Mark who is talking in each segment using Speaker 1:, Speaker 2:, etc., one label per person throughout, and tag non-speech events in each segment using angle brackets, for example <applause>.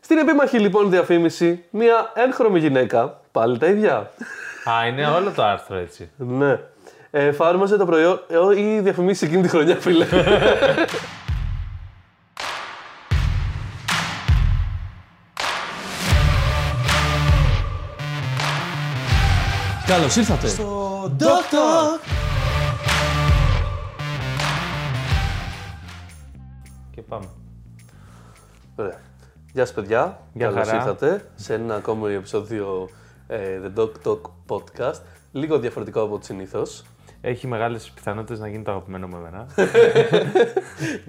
Speaker 1: Στην επίμαχη λοιπόν διαφήμιση, μία ένχρωμη γυναίκα, πάλι τα ίδια.
Speaker 2: Α, είναι όλο το άρθρο έτσι.
Speaker 1: ναι. Ε, φάρμαζε το προϊόν ε, ή διαφημίσει εκείνη τη χρονιά, φίλε.
Speaker 3: Καλώς ήρθατε.
Speaker 2: Και πάμε.
Speaker 1: Ωραία. Γεια σας παιδιά.
Speaker 2: Γεια
Speaker 1: Καλώς
Speaker 2: χαρά.
Speaker 1: ήρθατε σε ένα ακόμη επεισόδιο ε, The Dog Talk Podcast. Λίγο διαφορετικό από ό,τι συνήθως.
Speaker 2: Έχει μεγάλες πιθανότητες να γίνει το αγαπημένο μου
Speaker 1: <laughs>
Speaker 2: εμένα.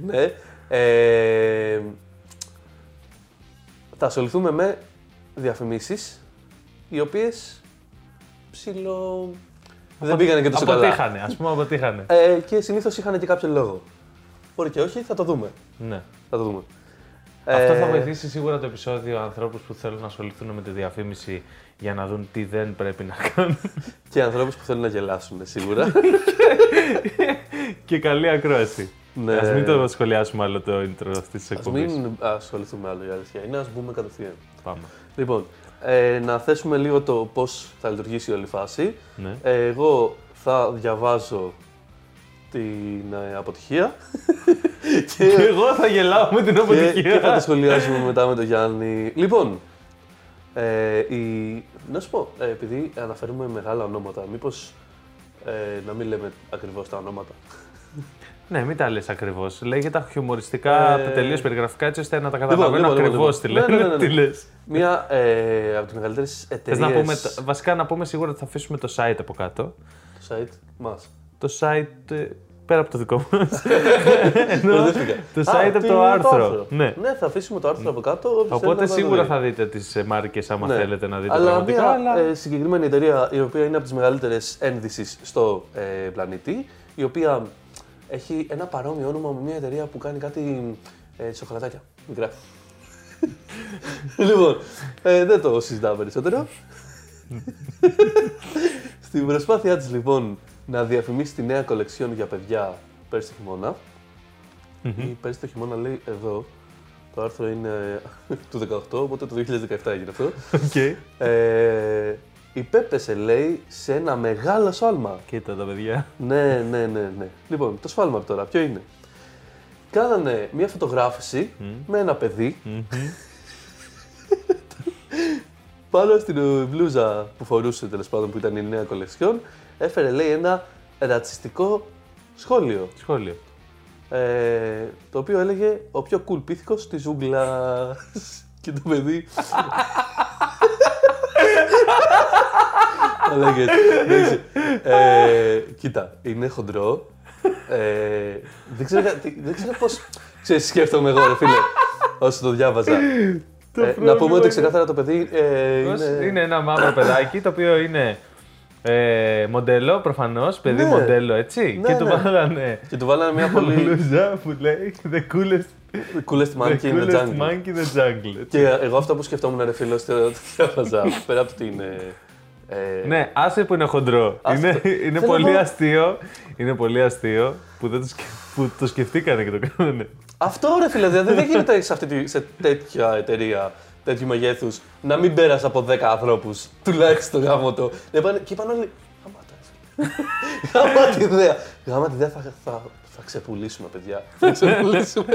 Speaker 1: ναι. Ε, θα ασχοληθούμε με διαφημίσεις, οι οποίες ψηλο... Δεν πήγανε και τόσο καλά.
Speaker 2: αποτύχανε, ας πούμε, αποτύχανε.
Speaker 1: Ε, και συνήθως είχαν και κάποιο λόγο. Μπορεί και όχι, θα το δούμε.
Speaker 2: ναι.
Speaker 1: Θα το δούμε.
Speaker 2: Αυτό
Speaker 1: Ε,
Speaker 2: θα βοηθήσει σίγουρα το επεισόδιο ανθρώπους που θέλουν να ασχοληθούν με τη διαφήμιση για να δουν τι δεν πρέπει να κάνουν. <laughs>
Speaker 1: Και ανθρώπους που θέλουν να γελάσουν, σίγουρα.
Speaker 2: και καλή ακρόαση.
Speaker 1: Ναι.
Speaker 2: Ας μην το σχολιάσουμε άλλο το intro αυτής της
Speaker 1: Ας
Speaker 2: εκπομπή.
Speaker 1: μην ασχοληθούμε άλλο, η αλήθεια είναι, ας μπούμε κατευθείαν.
Speaker 2: Πάμε.
Speaker 1: Λοιπόν, ε, να θέσουμε λίγο το πώς θα λειτουργήσει η όλη φάση.
Speaker 2: Ναι.
Speaker 1: Ε, εγώ θα διαβάζω την ε,
Speaker 2: <laughs>
Speaker 1: αποτυχία
Speaker 2: Και
Speaker 1: και,
Speaker 2: εγώ θα γελάω με την
Speaker 1: και, και θα
Speaker 2: <laughs>
Speaker 1: το
Speaker 2: αποτυχία.
Speaker 1: σχολιάζουμε μετά με τον Γιάννη. Λοιπόν, ε, η... να σου πω, ε, επειδή αναφέρουμε μεγάλα ονόματα, μήπως ε, να μην λέμε ακριβώς τα ονόματα.
Speaker 2: ναι, μην τα λες ακριβώς. Λέγε τα χιουμοριστικά
Speaker 1: Ε,
Speaker 2: τελείως περιγραφικά έτσι ώστε να τα
Speaker 1: Λοιπόν,
Speaker 2: καταλαβαίνω
Speaker 1: λοιπόν,
Speaker 2: ακριβώς
Speaker 1: λοιπόν,
Speaker 2: τι
Speaker 1: λοιπόν. Ναι, ναι, ναι,
Speaker 2: λε.
Speaker 1: ναι.
Speaker 2: Τι λες.
Speaker 1: Μία ε, από τις μεγαλύτερες
Speaker 2: Θες
Speaker 1: εταιρείες
Speaker 2: να πούμε, τα- βασικά να πούμε σίγουρα ότι θα αφήσουμε το site από κάτω.
Speaker 1: του site μας.
Speaker 2: Το site ε, πέρα από το δικό μα.
Speaker 1: <laughs> Μπερδεύτηκα.
Speaker 2: το
Speaker 1: Α,
Speaker 2: site από
Speaker 1: τι-
Speaker 2: το άρθρο. Ναι.
Speaker 1: Ναι, θα αφήσουμε το άρθρο από κάτω. όποιος θέλει
Speaker 2: Οπότε
Speaker 1: να το
Speaker 2: σίγουρα
Speaker 1: δει.
Speaker 2: θα δείτε τις μάρκες άμα
Speaker 1: Ναι.
Speaker 2: θέλετε να δείτε
Speaker 1: αλλά
Speaker 2: πραγματικά.
Speaker 1: Μια
Speaker 2: αλλά...
Speaker 1: ε, συγκεκριμένη εταιρεία η οποία είναι από τις μεγαλύτερες ένδυσει στο ε, πλανήτη, η οποία έχει ένα παρόμοιο όνομα με μια εταιρεία που κάνει κάτι ε, σοκολατάκια.
Speaker 2: <laughs>
Speaker 1: Μικρά. λοιπόν, ε, δεν το συζητάμε
Speaker 2: <laughs>
Speaker 1: περισσότερο. Στην προσπάθειά της λοιπόν να διαφημίσει τη νέα κολεξιόν για παιδιά πέρσι το χειμώνα, ή πέρσι το χειμώνα λέει εδώ, το άρθρο είναι <laughs> του 18, οπότε το 2017 έγινε αυτό.
Speaker 2: Οκ.
Speaker 1: Ε, υπέπεσε, λέει, σε ένα μεγάλο σφάλμα.
Speaker 2: Κοίτα τα παιδιά.
Speaker 1: Ναι, ναι, ναι, ναι. Λοιπόν, το σφάλμα τώρα, ποιο είναι. Κάνανε μια φωτογράφηση με ένα παιδί <laughs> πάνω στην ε, μπλούζα που φορούσε τέλος πάντων που ήταν η νέα κολεξιόν, έφερε λέει ένα ρατσιστικό σχόλιο.
Speaker 2: Σχόλιο.
Speaker 1: Ε, το οποίο έλεγε ο πιο cool πίθηκος της ζούγκλας. <laughs> και το
Speaker 2: <laughs>
Speaker 1: παιδί... Αλλά και έτσι, εντάξει. Ε, κοίτα, είναι χοντρό. Ε, δεν ξέρω, κα- τι- δεν ξέρω πώς... Ξέρεις, σκέφτομαι εγώ, ρε φίλε, όσο το διάβαζα. Ε, να πούμε
Speaker 2: πρόβλημα
Speaker 1: ότι
Speaker 2: είναι-
Speaker 1: ξεκάθαρα το παιδί ε,
Speaker 2: Πώς-
Speaker 1: είναι...
Speaker 2: Είναι ένα μαύρο παιδάκι το οποίο είναι ε, μοντέλο προφανώς, παιδί
Speaker 1: Ναι.
Speaker 2: μοντέλο έτσι.
Speaker 1: Ναι,
Speaker 2: και του
Speaker 1: ναι.
Speaker 2: βάλανε.
Speaker 1: Και του βάλανε μια
Speaker 2: <laughs>
Speaker 1: πολύ
Speaker 2: Μπλουζά που λέει The coolest,
Speaker 1: coolest
Speaker 2: the
Speaker 1: monkey in the
Speaker 2: Ναι, coolest
Speaker 1: jungle.
Speaker 2: monkey in the jungle.
Speaker 1: Και εγώ αυτό που σκεφτόμουν, ρε φίλος, το το διάβαζα. Πέρα από ότι είναι. ε,
Speaker 2: Ναι, άσε που είναι χοντρό.
Speaker 1: Άσε
Speaker 2: Είναι,
Speaker 1: το.
Speaker 2: είναι
Speaker 1: Θέλω
Speaker 2: πολύ
Speaker 1: να-
Speaker 2: αστείο. Είναι πολύ αστείο που, δεν το, σκε... που το σκεφτήκανε και το κάνανε.
Speaker 1: Αυτό ρε φίλε, δηλαδή <laughs> δεν γίνεται σε, αυτή, τη- σε τέτοια εταιρεία τέτοιου μεγέθους να μην πέρασε από 10 ανθρώπους τουλάχιστον γάμο το. Να πάνε- Και είπαν όλοι. Γάμα τα, ρε <laughs> φίλε. Γάμα τη ιδέα. Γάμα τη ιδέα θα, θα, θα ξεπουλήσουμε, παιδιά. Θα ξεπουλήσουμε.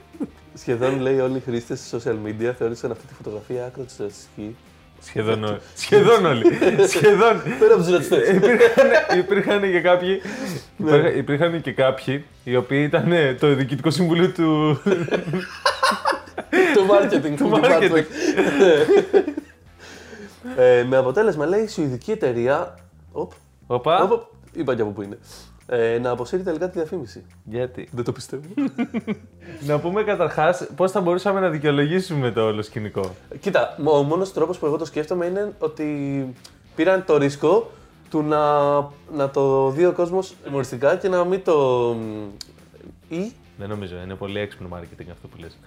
Speaker 1: <laughs> Σχεδόν λέει όλοι οι χρήστες στα social media θεώρησαν αυτή τη φωτογραφία άκρο της ρατσιστική.
Speaker 2: Σχεδόν
Speaker 1: <laughs>
Speaker 2: όλοι. Σχεδόν όλοι. Σχεδόν.
Speaker 1: Πέρα από τους ρατσιστές.
Speaker 2: υπήρχαν, υπήρχαν και κάποιοι.
Speaker 1: Ναι.
Speaker 2: υπήρχαν- υπήρχαν και κάποιοι οι οποίοι ήταν ε, το διοικητικό συμβουλίο
Speaker 1: <laughs>
Speaker 2: του.
Speaker 1: Το marketing του
Speaker 2: marketing.
Speaker 1: marketing. ε, με αποτέλεσμα λέει η σουηδική εταιρεία. Οπ, οπ,
Speaker 2: Οπα.
Speaker 1: οπ, είπα και από πού είναι. Ε, να αποσύρει τελικά τη διαφήμιση.
Speaker 2: Γιατί.
Speaker 1: Δεν το πιστεύω.
Speaker 2: Να πούμε καταρχάς πώς θα μπορούσαμε να δικαιολογήσουμε το όλο σκηνικό.
Speaker 1: Κοίτα, μο- ο μόνος τρόπος που εγώ το σκέφτομαι είναι ότι πήραν το ρίσκο του να, να το δει ο κόσμος humoristiικά και να μην το. μ, ή
Speaker 2: Δεν νομίζω, είναι πολύ έξυπνο marketing αυτό που λες.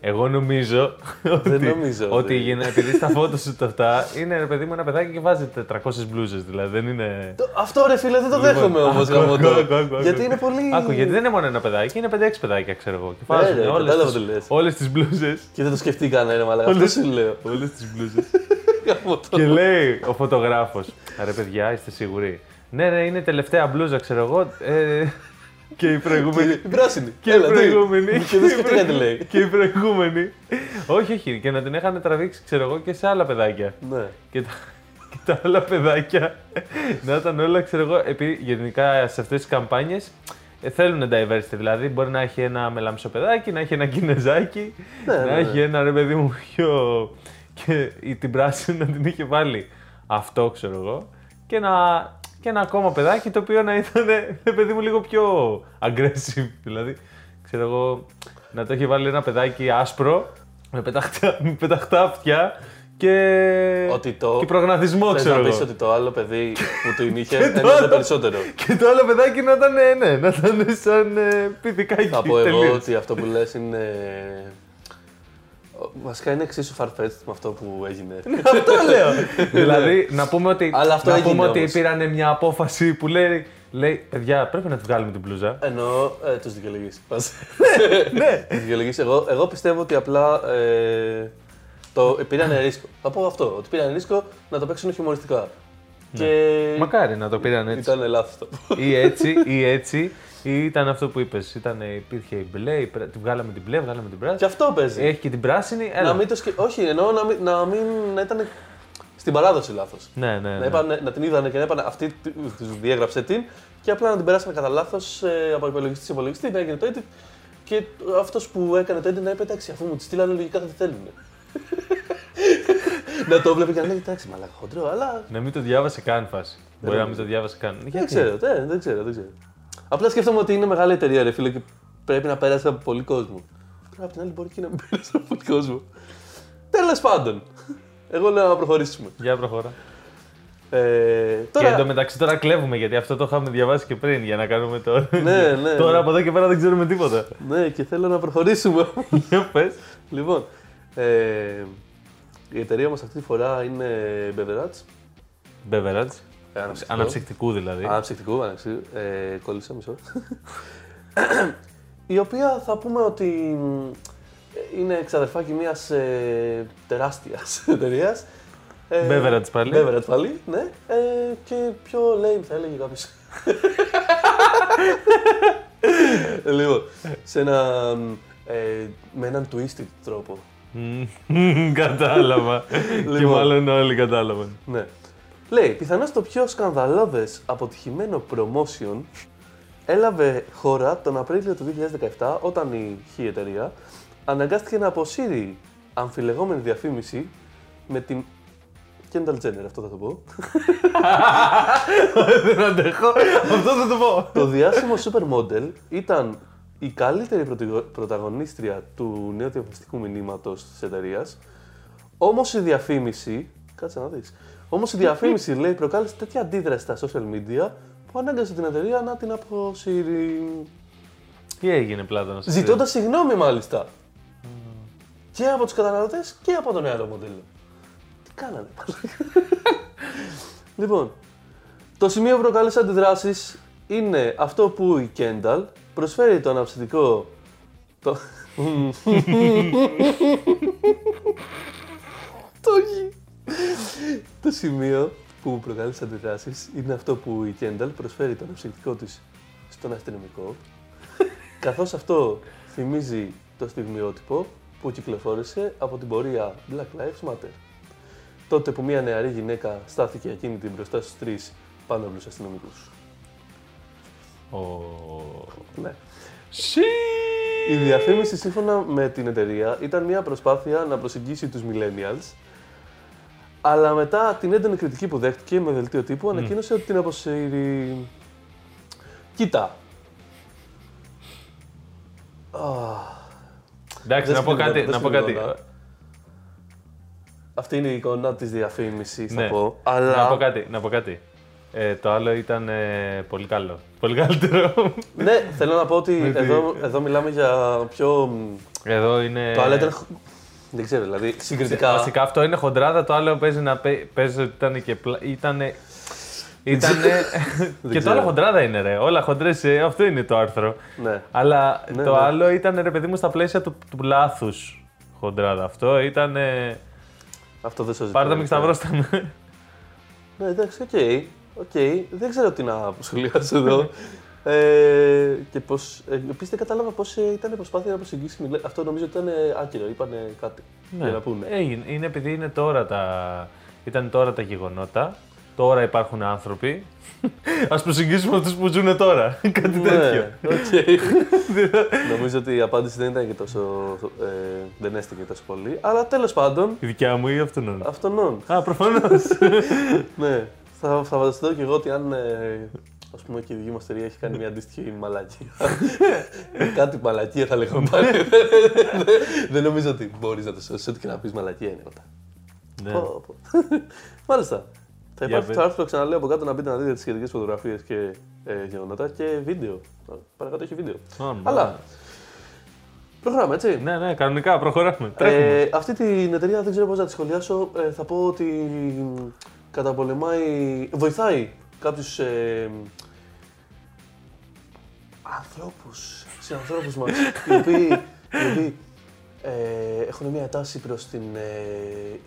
Speaker 2: Εγώ νομίζω ότι,
Speaker 1: νομίζω δηλαδή.
Speaker 2: ότι
Speaker 1: ότι-
Speaker 2: γίνα- επειδή στα φώτα σου τα αυτά είναι ρε παιδί μου ένα παιδάκι και βάζει 400 μπλούζες δηλαδή δεν είναι...
Speaker 1: Το- Αυτό ρε φίλε δεν το
Speaker 2: Λοιπόν,
Speaker 1: δέχομαι όμως
Speaker 2: άκου, άκου, άκου, άκου,
Speaker 1: γαμωτό.
Speaker 2: άκου.
Speaker 1: Γιατί είναι πολύ.
Speaker 2: Άκου, γιατί δεν είναι μόνο ένα παιδάκι, είναι 5-6 παιδάκια ξέρω εγώ. Και
Speaker 1: Ναι, ρε,
Speaker 2: βάζουν όλες
Speaker 1: κατάλαβα
Speaker 2: τις-
Speaker 1: τι λες.
Speaker 2: όλες τις μπλούζες.
Speaker 1: Και δεν το σκεφτήκανε, ρε μαλάκα. Αυτό σου λέω.
Speaker 2: Όλες τις μπλούζες.
Speaker 1: Γαμώτο.
Speaker 2: <laughs> και λέει ο φωτογράφος. Ρε παιδιά, είστε σίγουροι. Ναι, ναι, είναι η τελευταία μπλούζα, ξέρω εγώ. Ε, και η
Speaker 1: Και-
Speaker 2: προηγούμενη.
Speaker 1: η Πράσινη.
Speaker 2: Και η
Speaker 1: Έλα, τι.
Speaker 2: προηγούμενη.
Speaker 1: Και δεν σκεφτήκανε τι λέει.
Speaker 2: και η προηγούμενη. όχι, όχι, και να την είχαν τραβήξει, ξέρω εγώ, και σε άλλα παιδάκια.
Speaker 1: Ναι.
Speaker 2: Και τα, <laughs> και τα άλλα παιδάκια να ήταν όλα, ξέρω εγώ, επειδή γενικά σε αυτές τις καμπάνιες ε, θέλουν diversity. Δηλαδή, μπορεί να έχει ένα μελαμψό παιδάκι, να έχει ένα κινεζάκι,
Speaker 1: Ναι,
Speaker 2: να
Speaker 1: ναι, ναι.
Speaker 2: έχει ένα ρε παιδί μου πιο. και η- την πράσινη να την είχε βάλει. Αυτό ξέρω εγώ. Και ένα, και ένα ακόμα παιδάκι το οποίο να ήταν ρε παιδί μου λίγο πιο aggressive. Δηλαδή, ξέρω εγώ, να το έχει βάλει ένα παιδάκι άσπρο με πεταχτά, με πεταχτά αυτιά και.
Speaker 1: Ότι το-
Speaker 2: και προγναθισμό,
Speaker 1: Θες
Speaker 2: ξέρω
Speaker 1: να
Speaker 2: εγώ.
Speaker 1: πεις ότι το άλλο παιδί που την είχε
Speaker 2: Και το
Speaker 1: ένιωθε
Speaker 2: άλλο-
Speaker 1: περισσότερο.
Speaker 2: Και το άλλο παιδάκι να ήταν, ε, ναι, να ήταν σαν ε, πηδικάκι. <laughs>
Speaker 1: Θα πω εγώ
Speaker 2: τελείως.
Speaker 1: ότι αυτό που λες είναι... Βασικά είναι εξίσου farfetched με αυτό που έγινε.
Speaker 2: Αυτό
Speaker 1: <laughs>
Speaker 2: λέω. δηλαδή, να πούμε ότι,
Speaker 1: Αλλά αυτό
Speaker 2: να
Speaker 1: έγινε
Speaker 2: πούμε ότι
Speaker 1: όμως.
Speaker 2: πήρανε μια απόφαση που λέει, λέει παιδιά, πρέπει να τη βγάλουμε την μπλούζα.
Speaker 1: Ενώ ε, τους δικαιολογείς. Πας.
Speaker 2: ναι.
Speaker 1: <laughs> Τους δικαιολογείς. Εγώ, εγώ πιστεύω ότι απλά ε, το πήρανε ρίσκο. Θα πω αυτό, ότι πήρανε ρίσκο να το παίξουν χιουμοριστικά. Και
Speaker 2: Μακάρι να το πήραν Ναι. έτσι.
Speaker 1: ήταν λάθος το πω.
Speaker 2: ή έτσι, ή έτσι, ή ήταν αυτό που είπες. Υπήρχε η μπλε, η πρα- τη βγάλαμε την μπλε, βγάλαμε την
Speaker 1: Και
Speaker 2: πράσινη.
Speaker 1: αυτό παίζει.
Speaker 2: Έχει και την πράσινη. Ε, Έλα.
Speaker 1: να μην το σκε... Όχι, εννοώ να μην, να μην να ήταν στην παράδοση λάθος.
Speaker 2: Ναι, ναι,
Speaker 1: Να,
Speaker 2: ναι.
Speaker 1: είπανε, να την είδανε και να είπανε αυτή τη- της διέγραψε την και απλά να την περάσανε κατά λάθος ε, από υπολογιστή σε υπολογιστή, να έγινε το edit και αυτός που έκανε το edit να είπε εντάξει, αφού μου τη στείλανε λογικά θα τη θέλουν.
Speaker 2: <laughs>
Speaker 1: να το βλέπει και να λέει εντάξει, μαλακά χοντρό, αλλά
Speaker 2: Να μην το διάβασε καν φάση. Μπορεί να μην το διάβασε καν.
Speaker 1: δεν
Speaker 2: Γιατί?
Speaker 1: ξέρω, ναι, δεν ξέρω, δεν ξέρω. Απλά σκέφτομαι ότι είναι μεγάλη εταιρεία, ρε φίλε, και πρέπει να πέρασε από πολύ κόσμο. Τώρα απ' την άλλη μπορεί και να μην πέρασε από πολύ κόσμο. Τέλος πάντων. Εγώ λέω να προχωρήσουμε.
Speaker 2: Για προχώρα.
Speaker 1: Ε, τώρα...
Speaker 2: Και εντωμεταξύ τώρα κλέβουμε γιατί αυτό το είχαμε διαβάσει και πριν για να κάνουμε το. <laughs>
Speaker 1: Ναι, ναι.
Speaker 2: τώρα από εδώ και πέρα δεν ξέρουμε τίποτα.
Speaker 1: Ναι, και θέλω να προχωρήσουμε.
Speaker 2: Για πες.
Speaker 1: λοιπόν, ε, η εταιρεία μας αυτή τη φορά είναι Beverage.
Speaker 2: Beverage.
Speaker 1: Ε, αναψυκτικό.
Speaker 2: Αναψυκτικού δηλαδή.
Speaker 1: Αναψυκτικό, αναψυκτικό. Ε, κόλλησα μισό. <coughs> η οποία θα πούμε ότι μ, είναι εξαδερφάκι μιας ε, τεράστιας <laughs> εταιρείας. Ε,
Speaker 2: Beverage πάλι.
Speaker 1: Beverage πάλι, ναι. Ε, και πιο lame θα έλεγε
Speaker 2: <laughs>
Speaker 1: κάποιος. λοιπόν, σε ένα, μ, ε, με έναν twisted τρόπο.
Speaker 2: Μμμ, Κατάλαβα. και
Speaker 1: Λοιπόν.
Speaker 2: μάλλον όλοι κατάλαβαν. <laughs>
Speaker 1: Ναι. Λέει, πιθανώς το πιο σκανδαλώδες αποτυχημένο promotion έλαβε χώρα τον Απρίλιο του 2017 όταν η χη εταιρεία αναγκάστηκε να αποσύρει αμφιλεγόμενη διαφήμιση με την Kendall Jenner, αυτό θα το πω.
Speaker 2: δεν αντέχω. Αυτό θα το πω.
Speaker 1: το διάσημο supermodel ήταν η καλύτερη πρωτηγο- πρωταγωνίστρια του νέου διαφημιστικού μηνύματος της εταιρείας. Όμως η διαφήμιση. Κάτσε να δεις. Όμως η διαφήμιση λέει προκάλεσε τέτοια αντίδραση στα social media που ανάγκασε την εταιρεία να την αποσύρει.
Speaker 2: Τι έγινε πλάτανο.
Speaker 1: Ζητώντα συγγνώμη μάλιστα. Και από τους καταναλωτές και από το νεαρό μοντέλο. Τι κάνανε. λοιπόν, το σημείο που προκάλεσε αντιδράσεις είναι αυτό που η Κένταλ προσφέρει το αναψυκτικό. Το. το γη. Το σημείο που προκάλεσε αντιδράσεις είναι αυτό που η Κένταλ προσφέρει το αναψυκτικό της στον αστυνομικό καθώς αυτό θυμίζει το στιγμιότυπο που κυκλοφόρησε από την πορεία Black Lives Matter. Τότε που μια νεαρή γυναίκα στάθηκε ακίνητη μπροστά στους τρεις πάνω από τους αστυνομικούς. Ναι. Η διαφήμιση σύμφωνα με την εταιρεία ήταν μια προσπάθεια να προσεγγίσει τους millennials αλλά μετά την έντονη κριτική που δέχτηκε με δελτίο τύπου ανακοίνωσε ότι την αποσύρει. Κοίτα. Αχ.
Speaker 2: Εντάξει,
Speaker 1: Δεν
Speaker 2: να πω
Speaker 1: συμβαίνει,
Speaker 2: κάτι.
Speaker 1: δεν
Speaker 2: Να πω κάτι.
Speaker 1: συμβαίνει όλα. Αυτή είναι η εικόνα της διαφήμισης, θα
Speaker 2: Ναι.
Speaker 1: πω. Αλλά.
Speaker 2: Να πω κάτι. Να πω κάτι. Ε, το άλλο ήταν ε, πολύ καλό. Πολύ καλύτερο.
Speaker 1: Ναι, θέλω να πω ότι
Speaker 2: τη-
Speaker 1: εδώ, εδώ μιλάμε για πιο μ,
Speaker 2: Εδώ είναι.
Speaker 1: Το άλλο ήταν. χ- Δεν ξέρω, δηλαδή συγκριτικά.
Speaker 2: Ε. Βασικά αυτό είναι χοντράδα, το άλλο παίζει να παί- παίζει ότι ήταν και πλα... Ήτανε... Ήτανε... και το
Speaker 1: ξέρω.
Speaker 2: άλλο χοντράδα είναι ρε, όλα χοντρές, ε, αυτό είναι το άρθρο.
Speaker 1: Ναι.
Speaker 2: Αλλά
Speaker 1: Ναι,
Speaker 2: το
Speaker 1: ναι.
Speaker 2: άλλο ήταν ρε παιδί μου στα πλαίσια του, του λάθους χοντράδα. Αυτό ήταν.
Speaker 1: Αυτό δεν σώζει.
Speaker 2: Πάρτε με
Speaker 1: Ναι.
Speaker 2: και σταυρώστε με.
Speaker 1: Ναι, εντάξει, οκ. οκ. Δεν ξέρω τι να σχολιάσω εδώ.
Speaker 2: Ναι.
Speaker 1: ε, και πώς, ε, επίσης δεν κατάλαβα πώς ε, ήταν η προσπάθεια να προσεγγίσεις. Μιλέ- Αυτό νομίζω ότι ήταν ε, άκυρο, είπανε κάτι
Speaker 2: Ναι.
Speaker 1: για να πούνε.
Speaker 2: Έγινε. Είναι επειδή είναι τώρα τα... ήταν τώρα τα γεγονότα. Τώρα υπάρχουν άνθρωποι. Ας προσεγγίσουμε αυτούς που ζουν τώρα. <laughs> Κάτι τέτοιο.
Speaker 1: Ναι, οκ.
Speaker 2: <laughs>
Speaker 1: νομίζω ότι η απάντηση δεν ήταν και τόσο, ε, δεν έστηκε τόσο πολύ, αλλά τέλος πάντων,
Speaker 2: Η δικιά μου ή αυτόν. <laughs>
Speaker 1: αυτονών.
Speaker 2: Α, προφανώς.
Speaker 1: <laughs>
Speaker 2: ναι.
Speaker 1: Θα, θα φανταστώ και εγώ ότι αν ε, ας πούμε και η δική μας εταιρεία έχει κάνει μια αντίστοιχη
Speaker 2: <laughs>
Speaker 1: μαλακία. κάτι μαλακία θα λέγαμε πάλι. Δεν- δεν- δεν νομίζω ότι μπορείς να το σώσεις. Ό,τι και να πεις μαλακία είναι μετά.
Speaker 2: Ναι.
Speaker 1: Πω, <laughs> πω. Μάλιστα. Θα
Speaker 2: Για
Speaker 1: υπάρχει
Speaker 2: πες.
Speaker 1: το άρθρο, ξαναλέω από κάτω να μπείτε να δείτε τις σχετικές φωτογραφίες και ε, γεγονότα και βίντεο. Παρακάτω έχει βίντεο.
Speaker 2: Άμα.
Speaker 1: Αλλά. Προχωράμε, έτσι.
Speaker 2: Ναι, ναι, κανονικά προχωράμε. Τρέχουμε.
Speaker 1: Ε, αυτή την εταιρεία δεν ξέρω πώς να τη σχολιάσω. Ε, θα πω ότι καταπολεμάει, βοηθάει κάποιους ε, ανθρώπους, συνανθρώπους μας, οι οποίοι, οι οποίοι, ε, έχουν μια τάση προς την ε,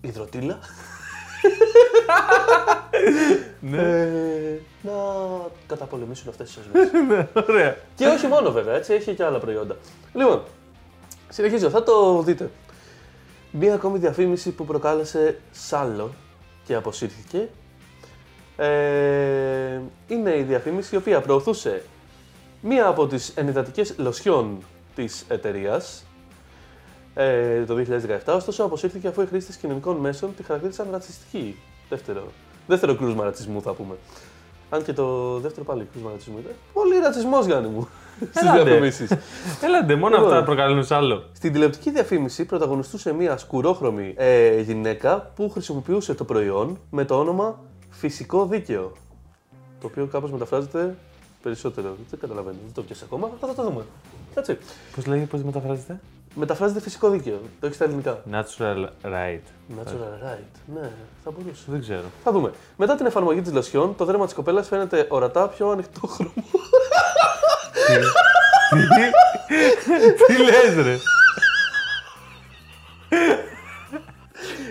Speaker 1: υδροτήλα. Ε, να καταπολεμήσουν αυτές τις ασμές.
Speaker 2: Ναι, ωραία.
Speaker 1: Και όχι μόνο βέβαια, έτσι έχει και άλλα προϊόντα. Λοιπόν, συνεχίζω, θα το δείτε. Μία ακόμη διαφήμιση που προκάλεσε σάλο και αποσύρθηκε ε, είναι η διαφήμιση η οποία προωθούσε μία από τις ενυδατικές λοσιόν της εταιρείας ε, το 2017, ωστόσο αποσύρθηκε αφού οι χρήστες κοινωνικών μέσων τη χαρακτήρισαν ρατσιστική. Δεύτερο, δεύτερο κρούσμα ρατσισμού θα πούμε. Αν και το δεύτερο πάλι κρούσμα ρατσισμού ήταν. Πολύ ρατσισμός Γιάννη μου στις
Speaker 2: Έλατε.
Speaker 1: διαφημίσεις.
Speaker 2: Έλατε, μόνο
Speaker 1: Λοιπόν.
Speaker 2: αυτά προκαλούν σ' άλλο.
Speaker 1: Στην τηλεοπτική διαφήμιση πρωταγωνιστούσε μια σκουρόχρωμη ε, γυναίκα που χρησιμοποιούσε το προϊόν με το όνομα Φυσικό Δίκαιο. Το οποίο κάπως μεταφράζεται περισσότερο. Δεν καταλαβαίνω, δεν το πιάσα ακόμα, αλλά θα το δούμε. Έτσι.
Speaker 2: Πώς λέγεται, πώς μεταφράζεται.
Speaker 1: Μεταφράζεται φυσικό δίκαιο. Το έχεις στα ελληνικά.
Speaker 2: Natural right.
Speaker 1: Natural right. Ναι, θα μπορούσε.
Speaker 2: Δεν
Speaker 1: <laughs>
Speaker 2: ξέρω.
Speaker 1: Θα δούμε. Μετά την εφαρμογή της λοσιόν, το δέρμα της κοπέλας φαίνεται ορατά πιο ανοιχτό χρώμα.
Speaker 2: Τι λες, ρε.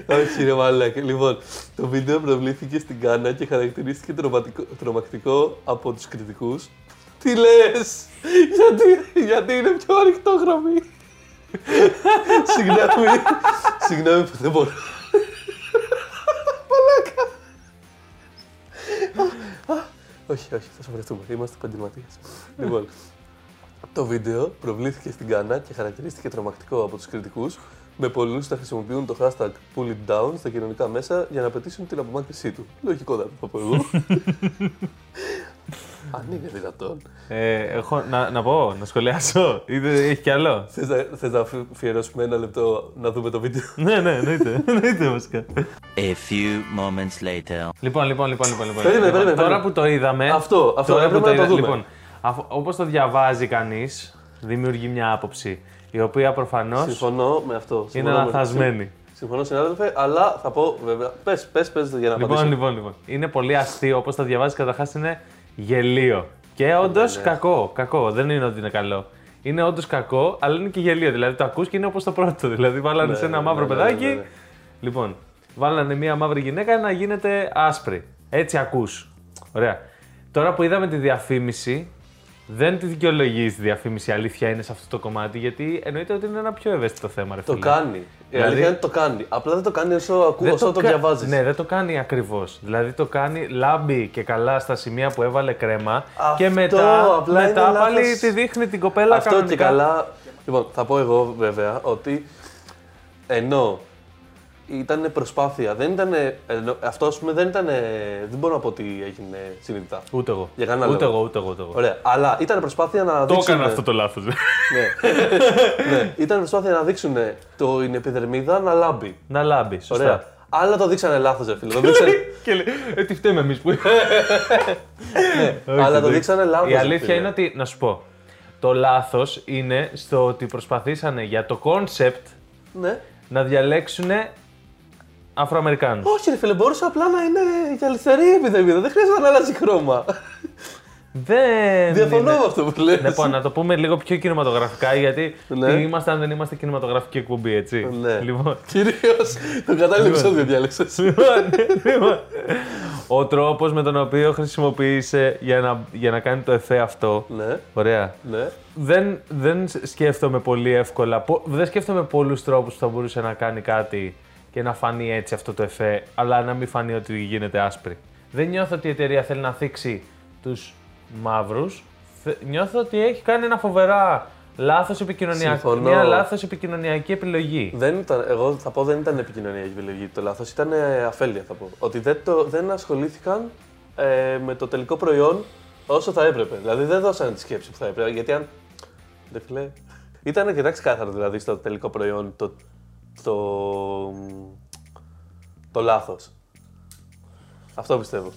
Speaker 1: Όχι, ρε μαλάκα. Λοιπόν, το βίντεο προβλήθηκε στην Κάνα και χαρακτηρίστηκε τρομακτικό, τρομακτικό από τους κριτικούς. Τι λες! Γιατί, γιατί είναι πιο ανοιχτόχρωμη. Συγγνώμη. Συγγνώμη που δεν μπορώ. Μαλάκα. Α, α, όχι, όχι, θα σοβαρευτούμε. Είμαστε επαγγελματίες. λοιπόν, το βίντεο προβλήθηκε στην Κάνα και χαρακτηρίστηκε τρομακτικό από τους κριτικούς, με πολλούς να χρησιμοποιούν το hashtag pull it down στα κοινωνικά μέσα για να πετύσουν την απομάκρυνσή του. Λογικό θα το πω
Speaker 2: <laughs>
Speaker 1: εγώ. Αν είναι δυνατόν.
Speaker 2: Ε, έχω, να, να πω, να σχολιάσω. Είδε, έχει κι άλλο.
Speaker 1: Θες να, θες να αφι- αφιερώσουμε ένα λεπτό να δούμε το βίντεο.
Speaker 2: <laughs> ναι, ναι, εννοείται. εννοείται βασικά.
Speaker 3: A few moments later.
Speaker 2: Λοιπόν, λοιπόν, λοιπόν, λοιπόν. λοιπόν.
Speaker 1: Περίμενε,
Speaker 2: Λοιπόν,
Speaker 1: περίμενε,
Speaker 2: Τώρα
Speaker 1: περίμενε.
Speaker 2: που το είδαμε.
Speaker 1: Αυτό, αυτό,
Speaker 2: τώρα που
Speaker 1: έπρεπε να το
Speaker 2: είδα-
Speaker 1: δούμε.
Speaker 2: Λοιπόν, όπως το διαβάζει κανείς, δημιουργεί μια άποψη. Η οποία προφανώς
Speaker 1: Συμφωνώ με αυτό.
Speaker 2: είναι
Speaker 1: Συμφωνώ με-
Speaker 2: λανθασμένη.
Speaker 1: Συμφωνώ συνάδελφε, αλλά θα πω βέβαια. Πες, πες, πες για να
Speaker 2: Λοιπόν,
Speaker 1: απαντήσω.
Speaker 2: λοιπόν, λοιπόν. Είναι πολύ αστείο. Όπως το διαβάζεις, καταρχάς είναι γελίο. Και όντω κακό, κακό. Δεν είναι ότι είναι καλό. Είναι όντως κακό, αλλά είναι και γελίο. Δηλαδή το ακούς και είναι όπως το πρώτο. <laughs> Δηλαδή βάλανε
Speaker 1: Ναι,
Speaker 2: σε ένα
Speaker 1: ναι,
Speaker 2: μαύρο
Speaker 1: ναι, ναι,
Speaker 2: παιδάκι.
Speaker 1: ναι, ναι.
Speaker 2: Λοιπόν, βάλανε μία μαύρη γυναίκα να γίνεται άσπρη. Έτσι ακούς. Ωραία. Τώρα που είδαμε τη διαφήμιση, δεν τη δικαιολογείς τη διαφήμιση. Η αλήθεια είναι σε αυτό το κομμάτι, γιατί εννοείται ότι είναι ένα πιο ευαίσθητο θέμα. Ρε,
Speaker 1: Το
Speaker 2: φίλε.
Speaker 1: κάνει. Η
Speaker 2: Δηλαδή-
Speaker 1: αλήθεια είναι ότι το κάνει. Απλά δεν το κάνει όσο, ακού,
Speaker 2: Δεν
Speaker 1: όσο το,
Speaker 2: κα-
Speaker 1: διαβάζεις.
Speaker 2: Ναι, δεν το κάνει ακριβώς. Δηλαδή το κάνει λάμπει και καλά στα σημεία που έβαλε κρέμα
Speaker 1: Αυτό,
Speaker 2: και μετά,
Speaker 1: απλά
Speaker 2: μετά
Speaker 1: είναι
Speaker 2: πάλι
Speaker 1: λάθος.
Speaker 2: τη δείχνει την κοπέλα
Speaker 1: Αυτό
Speaker 2: κανονικά.
Speaker 1: και καλά. Λοιπόν, θα πω εγώ βέβαια ότι ενώ ήταν προσπάθεια, δεν ήταν. Αυτό ας πούμε δεν ήταν. Δεν μπορώ να πω ότι έγινε συνειδητά.
Speaker 2: Ούτε εγώ.
Speaker 1: Για κανένα
Speaker 2: ούτε
Speaker 1: λόγο.
Speaker 2: εγώ, ούτε εγώ. Ούτε εγώ.
Speaker 1: Ωραία. Αλλά ήταν προσπάθεια να
Speaker 2: Το
Speaker 1: δείξουν.
Speaker 2: έκανα αυτό το λάθος.
Speaker 1: <laughs>
Speaker 2: <laughs>
Speaker 1: Ναι. ναι. Ήταν προσπάθεια να δείξουν την επιδερμίδα να λάμπει.
Speaker 2: να λάμπει. Σωστά.
Speaker 1: Ωραία. Αλλά το δείξανε λάθος, ρε φίλε. Το
Speaker 2: <laughs>
Speaker 1: δείξανε...
Speaker 2: και λέει, ε, τι φταίμε
Speaker 1: <laughs>
Speaker 2: εμείς που
Speaker 1: Ναι, Αλλά το δείξανε λάθος.
Speaker 2: Η αλήθεια είναι ότι, να σου πω, Το λάθος είναι στο ότι προσπαθήσανε για το concept
Speaker 1: Ναι.
Speaker 2: να διαλέξουν Αφροαμερικάνους.
Speaker 1: Όχι, ρε φίλε, μπορούσε απλά να είναι για αριστερή επιδερμίδα. Δεν χρειάζεται να αλλάζει χρώμα.
Speaker 2: Ναι, Δεν
Speaker 1: Διαφωνώ
Speaker 2: είναι-
Speaker 1: με αυτό που λες.
Speaker 2: Λοιπόν, να το πούμε λίγο πιο κινηματογραφικά, γιατί
Speaker 1: Ναι.
Speaker 2: τι είμαστε αν δεν είμαστε κινηματογραφική εκπομπή, έτσι.
Speaker 1: Ναι.
Speaker 2: Λοιπόν, <laughs>
Speaker 1: Κυρίως το κατάλληλο επεισόδιο διάλεξες.
Speaker 2: λοιπόν, ο τρόπος με τον οποίο χρησιμοποίησε για να, για να κάνει το εφέ αυτό.
Speaker 1: Ναι,
Speaker 2: Ωραία.
Speaker 1: ναι.
Speaker 2: Δεν, δεν σκέφτομαι πολύ εύκολα. πο- Δεν σκέφτομαι πολλούς τρόπους που θα μπορούσε να κάνει κάτι και να φανεί έτσι αυτό το εφέ, αλλά να μην φανεί ότι γίνεται άσπρη. Δεν νιώθω ότι η εταιρεία θέλει να θίξει τους μαύρους. Θε- Νιώθω ότι έχει κάνει ένα φοβερά λάθος επικοινωνιακό,
Speaker 1: Συμφωνώ.
Speaker 2: μια λάθος επικοινωνιακή επιλογή.
Speaker 1: Δεν ήταν, εγώ θα πω δεν ήταν επικοινωνιακή επιλογή το λάθος, ήταν ε, αφέλεια θα πω. Ότι δεν, το, δεν ασχολήθηκαν ε, με το τελικό προϊόν όσο θα έπρεπε. Δηλαδή δεν δώσανε τη σκέψη που θα έπρεπε. Γιατί αν. Δε φιλέ. Ήταν αρκετά ξεκάθαρο δηλαδή στο τελικό προϊόν το. το, το λάθος. Αυτό πιστεύω.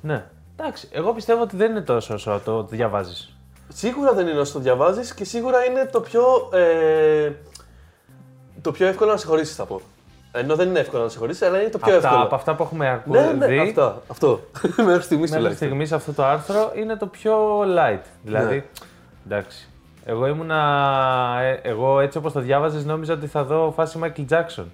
Speaker 2: Ναι. Εντάξει, εγώ πιστεύω ότι δεν είναι τόσο όσο το διαβάζεις.
Speaker 1: Σίγουρα δεν είναι όσο το διαβάζεις και σίγουρα είναι το πιο. Ε, το πιο εύκολο να συγχωρήσεις, θα πω. Ενώ δεν είναι εύκολο να συγχωρήσεις, αλλά είναι το πιο
Speaker 2: Αυτά,
Speaker 1: εύκολο.
Speaker 2: από αυτά που έχουμε ακου...
Speaker 1: Ναι, ναι,
Speaker 2: δει,
Speaker 1: αυτά, αυτό. <laughs> Μέχρι στιγμής
Speaker 2: Μέχρι
Speaker 1: τουλάχιστον.
Speaker 2: στιγμής αυτό το άρθρο είναι το πιο light. Δηλαδή,
Speaker 1: Ναι.
Speaker 2: εντάξει. Εγώ ήμουνα. ε, εγώ έτσι όπως το διάβαζες, νόμιζα ότι θα δω φάση Michael Jackson.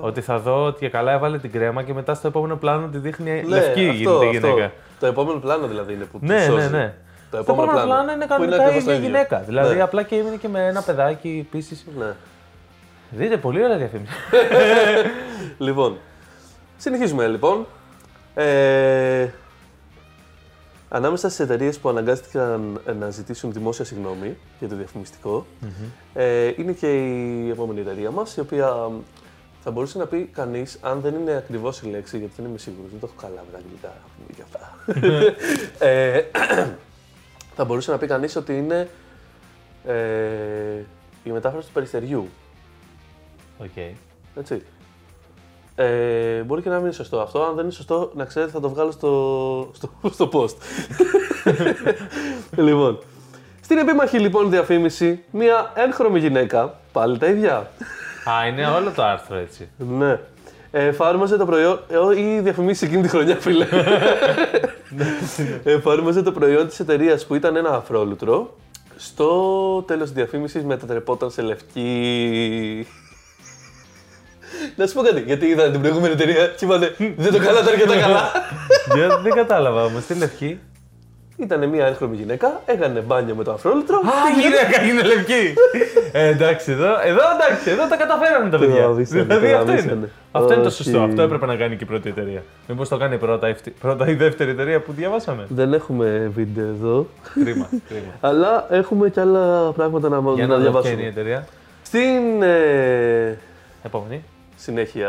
Speaker 2: Ότι θα δω ότι και καλά έβαλε την κρέμα και μετά στο επόμενο πλάνο τη δείχνει
Speaker 1: Ναι,
Speaker 2: λευκή η
Speaker 1: αυτό, αυτό.
Speaker 2: γυναίκα.
Speaker 1: Το επόμενο πλάνο δηλαδή είναι που τη
Speaker 2: Ναι, ναι,
Speaker 1: σώζει.
Speaker 2: ναι.
Speaker 1: Το
Speaker 2: Στο
Speaker 1: επόμενο
Speaker 2: επόμενο
Speaker 1: πλάνο,
Speaker 2: πλάνο είναι
Speaker 1: που είναι
Speaker 2: κανονικά η
Speaker 1: ακριβώς το
Speaker 2: ίδια
Speaker 1: ίδιο.
Speaker 2: γυναίκα. Δηλαδή
Speaker 1: Ναι.
Speaker 2: απλά και έμεινε και με ένα παιδάκι επίσης.
Speaker 1: Ναι.
Speaker 2: Δείτε, πολύ ωραία
Speaker 1: <laughs>
Speaker 2: διαφήμιση.
Speaker 1: Λοιπόν, συνεχίζουμε λοιπόν. Ε, ανάμεσα στι εταιρείες που αναγκάστηκαν ε, να ζητήσουν δημόσια συγγνώμη για το διαφημιστικο ε, είναι και η επόμενη εταιρεία μας, η οποία θα μπορούσε να πει κανείς, αν δεν είναι ακριβώς η λέξη, γιατί δεν είμαι σίγουρος, δεν το έχω καλά με τα αγγλικά. έχουμε πει και αυτά. ε, θα μπορούσε να πει κανείς ότι είναι ε, η μετάφραση του περιστεριού.
Speaker 2: Okay.
Speaker 1: Έτσι. Ε, μπορεί και να μην είναι σωστό αυτό. Αν δεν είναι σωστό, να ξέρετε, θα το βγάλω στο, στο, στο post. λοιπόν. Στην επίμαχη λοιπόν διαφήμιση, μία έγχρωμη γυναίκα, πάλι τα ίδια,
Speaker 2: Α, είναι όλο το άρθρο έτσι. <laughs>
Speaker 1: ναι, ε, φάρμαζε το προϊόν, ε, ό, ή διαφημίσει εκείνη τη χρονιά φίλε,
Speaker 2: Ναι,
Speaker 1: ε, φάρμαζε το προϊόν της εταιρείας που ήταν ένα αφρόλουτρο, στο τέλος της διαφήμισης μετατρεπόταν σε λευκή να σου πω κάτι, γιατί είδα την προηγούμενη εταιρεία και είπατε δεν το καλά, τα αρκετά καλά.
Speaker 2: Δεν- δεν κατάλαβα όμως, τι λευκή.
Speaker 1: Ήτανε μια έγχρωμη γυναίκα, έκανε μπάνιο με το αφρόλουτρο.
Speaker 2: Α, η γυναίκα είναι λευκή. ε, εντάξει, εδώ, εδώ εντάξει, εδώ τα καταφέρανε τα παιδιά.
Speaker 1: Τραβήξανε,
Speaker 2: δηλαδή αυτό είναι.
Speaker 1: τραβήξανε.
Speaker 2: Αυτό είναι το
Speaker 1: Όχι.
Speaker 2: σωστό. Αυτό έπρεπε να κάνει και η πρώτη εταιρεία. Μήπως το κάνει πρώτα, η φτη- πρώτα η δεύτερη εταιρεία που διαβάσαμε.
Speaker 1: Δεν έχουμε βίντεο εδώ,
Speaker 2: κρίμα, κρίμα.
Speaker 1: αλλά έχουμε και άλλα πράγματα να,
Speaker 2: Για
Speaker 1: να,
Speaker 2: να δω ποια είναι η
Speaker 1: διαβάσουμε.
Speaker 2: εταιρεία.
Speaker 1: Στην ε,
Speaker 2: Επόμενη.
Speaker 1: συνέχεια,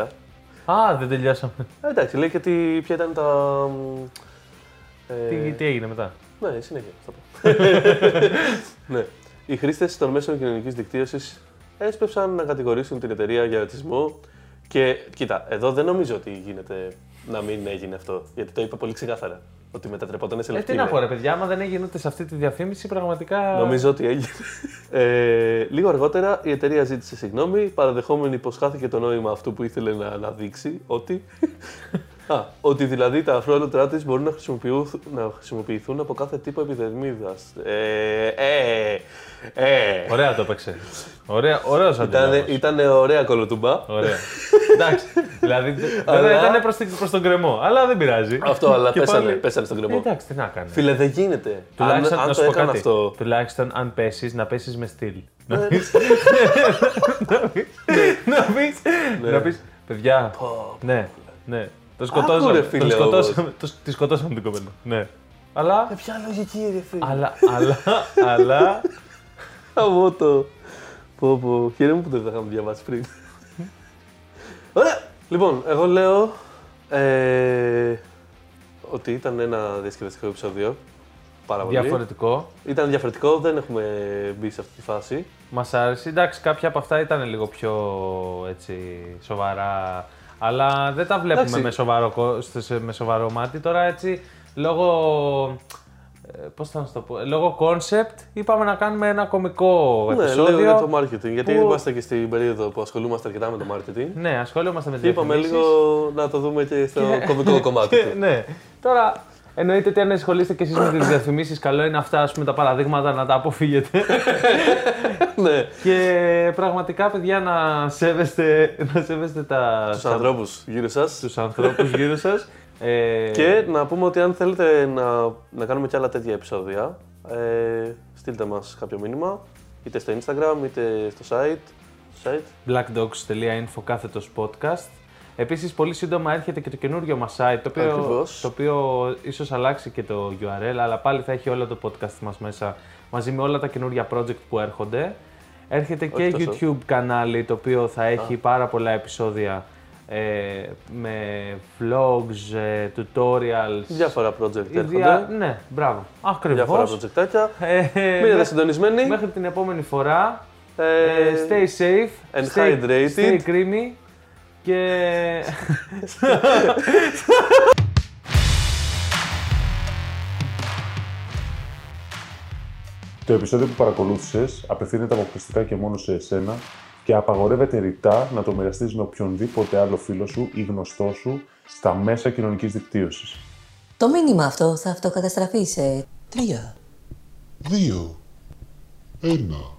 Speaker 1: Ε,
Speaker 2: Α, δεν τελειώσαμε.
Speaker 1: Εντάξει, λέει και τι, ποια ήταν τα. μ, Ε,
Speaker 2: τι, τι έγινε μετά.
Speaker 1: Ναι, συνέχεια. Θα πω.
Speaker 2: <laughs>
Speaker 1: ναι. Οι χρήστες των μέσων κοινωνικής δικτύωσης έσπευσαν να κατηγορήσουν την εταιρεία για ρατσισμό. Και κοίτα, εδώ δεν νομίζω ότι γίνεται να μην έγινε αυτό. Γιατί το είπα πολύ ξεκάθαρα. Ότι μετατρεπόταν σε
Speaker 2: Ε,
Speaker 1: λευκή.
Speaker 2: τι να
Speaker 1: ναι.
Speaker 2: πω, ρε παιδιά, άμα δεν έγινε ούτε σε αυτή τη διαφήμιση, πραγματικά.
Speaker 1: Νομίζω ότι έγινε. Ε, λίγο αργότερα η εταιρεία ζήτησε συγγνώμη, παραδεχόμενη πως χάθηκε το νόημα αυτού που ήθελε να αναδείξει,
Speaker 2: <laughs>
Speaker 1: ότι. Α, ότι δηλαδή τα αφρόλουτρά της μπορούν να, χρησιμοποιούθ- να χρησιμοποιηθούν από κάθε τύπο επιδερμίδας. Ε, ε, ε.
Speaker 2: Ωραία το έπαιξε. Ωραία, ωραίος
Speaker 1: Ήταν,
Speaker 2: αντίλογος.
Speaker 1: ήταν ωραία κολοτούμπα.
Speaker 2: Ωραία. Εντάξει. Δηλαδή,
Speaker 1: Αλλά-
Speaker 2: ήταν προς τον κρεμό, αλλά δεν πειράζει.
Speaker 1: Αυτό, αλλά
Speaker 2: Και
Speaker 1: πέσανε,
Speaker 2: πάλι-
Speaker 1: πέσανε στον
Speaker 2: Ε,
Speaker 1: κρεμό.
Speaker 2: Εντάξει, τι να κάνει.
Speaker 1: Φίλε, δεν γίνεται. Αν,
Speaker 2: Τουλάχιστον,
Speaker 1: αν
Speaker 2: να
Speaker 1: το
Speaker 2: σου πω
Speaker 1: έκανα
Speaker 2: κάτι.
Speaker 1: αυτό. Ναι.
Speaker 2: Τουλάχιστον αν πέσεις, να πέσεις με στυλ. Να πεις. <laughs> Να
Speaker 1: Ναι.
Speaker 2: πει. Να πεις. Παιδιά. Ναι, ναι. Το σκοτώσαμε.
Speaker 1: Άκουρε,
Speaker 2: Το
Speaker 1: φίλε,
Speaker 2: σκοτώσαμε. το σ- Τη σκοτώσαμε την κοπέλα. Ναι. Αλλά.
Speaker 1: Με ποια λογική, ρε φίλε.
Speaker 2: Αλλά. Αλλά.
Speaker 1: <laughs>
Speaker 2: Αλλά.
Speaker 1: Χαμό το. Πω πω, χαίρομαι που δεν τα είχαμε διαβάσει πριν. Ωραία! Λοιπόν, εγώ λέω ε, ότι ήταν ένα διασκεδαστικό επεισόδιο. Πάρα πολύ.
Speaker 2: Διαφορετικό.
Speaker 1: Ήταν διαφορετικό, δεν έχουμε μπει σε αυτή τη φάση.
Speaker 2: Μας άρεσε. Εντάξει, κάποια από αυτά ήταν λίγο πιο έτσι, σοβαρά. Αλλά δεν τα βλέπουμε
Speaker 1: Εντάξει.
Speaker 2: με σοβαρό, κο- στο- σε- με σοβαρό μάτι. Τώρα έτσι, λόγω Πώς θα σου το πω. ε, Λόγω concept είπαμε να κάνουμε ένα κωμικό
Speaker 1: Ναι,
Speaker 2: επεισόδιο.
Speaker 1: λέω για το marketing. Γιατί
Speaker 2: που-
Speaker 1: είμαστε και στην περίοδο που ασχολούμαστε αρκετά με το marketing.
Speaker 2: Ναι, ασχολούμαστε με
Speaker 1: Και
Speaker 2: την
Speaker 1: είπαμε λίγο να το δούμε και στο κομικό κομμάτι του.
Speaker 2: <laughs> ναι. Τώρα, εννοείται ότι αν ασχολείστε και εσείς με τις διαφημίσεις, καλό είναι αυτά ας πούμε, τα παραδείγματα να τα
Speaker 1: <laughs>
Speaker 2: αποφύγετε.
Speaker 1: Ναι,
Speaker 2: και πραγματικά, παιδιά, να σέβεστε, να σέβεστε τα,
Speaker 1: τους ανθρώπους γύρω σας.
Speaker 2: τους ανθρώπους γύρω σας. Ε,
Speaker 1: Και να πούμε ότι αν θέλετε να, να κάνουμε και άλλα τέτοια επεισόδια, ε, στείλτε μας κάποιο μήνυμα, είτε στο Instagram, είτε στο site. Στο site.
Speaker 2: blackdogs.info κάθετος podcast. Επίσης πολύ σύντομα έρχεται και το καινούριο μας site, το οποίο,
Speaker 1: Ακριβώς.
Speaker 2: το οποίο ίσως αλλάξει και το URL, αλλά πάλι θα έχει όλο το podcast μας μέσα, μαζί με όλα τα καινούργια project που έρχονται. Έρχεται και
Speaker 1: τόσο.
Speaker 2: YouTube κανάλι, το οποίο θα έχει πάρα πολλά επεισόδια ε, με vlogs, ε, tutorials.
Speaker 1: Διάφορα project
Speaker 2: Δια-
Speaker 1: έρχονται.
Speaker 2: Ναι, μπράβο.
Speaker 1: Διάφορα
Speaker 2: Ακριβώς.
Speaker 1: projectάκια.
Speaker 2: Ε, ε,
Speaker 1: Μείνετε
Speaker 2: μέχρι-
Speaker 1: συντονισμένοι.
Speaker 2: μέχρι την επόμενη φορά.
Speaker 1: Ε,
Speaker 2: Ε, stay safe.
Speaker 1: and
Speaker 2: stay,
Speaker 1: hydrated.
Speaker 2: Stay creamy. Και...
Speaker 1: <laughs>
Speaker 4: Το επεισόδιο που παρακολούθησες απευθύνεται αποκλειστικά και μόνο σε εσένα και απαγορεύεται ρητά να το μοιραστείς με οποιονδήποτε άλλο φίλο σου ή γνωστό σου στα μέσα κοινωνικής δικτύωσης.
Speaker 5: Το μήνυμα αυτό θα αυτοκαταστραφεί σε
Speaker 6: δύο, ένα.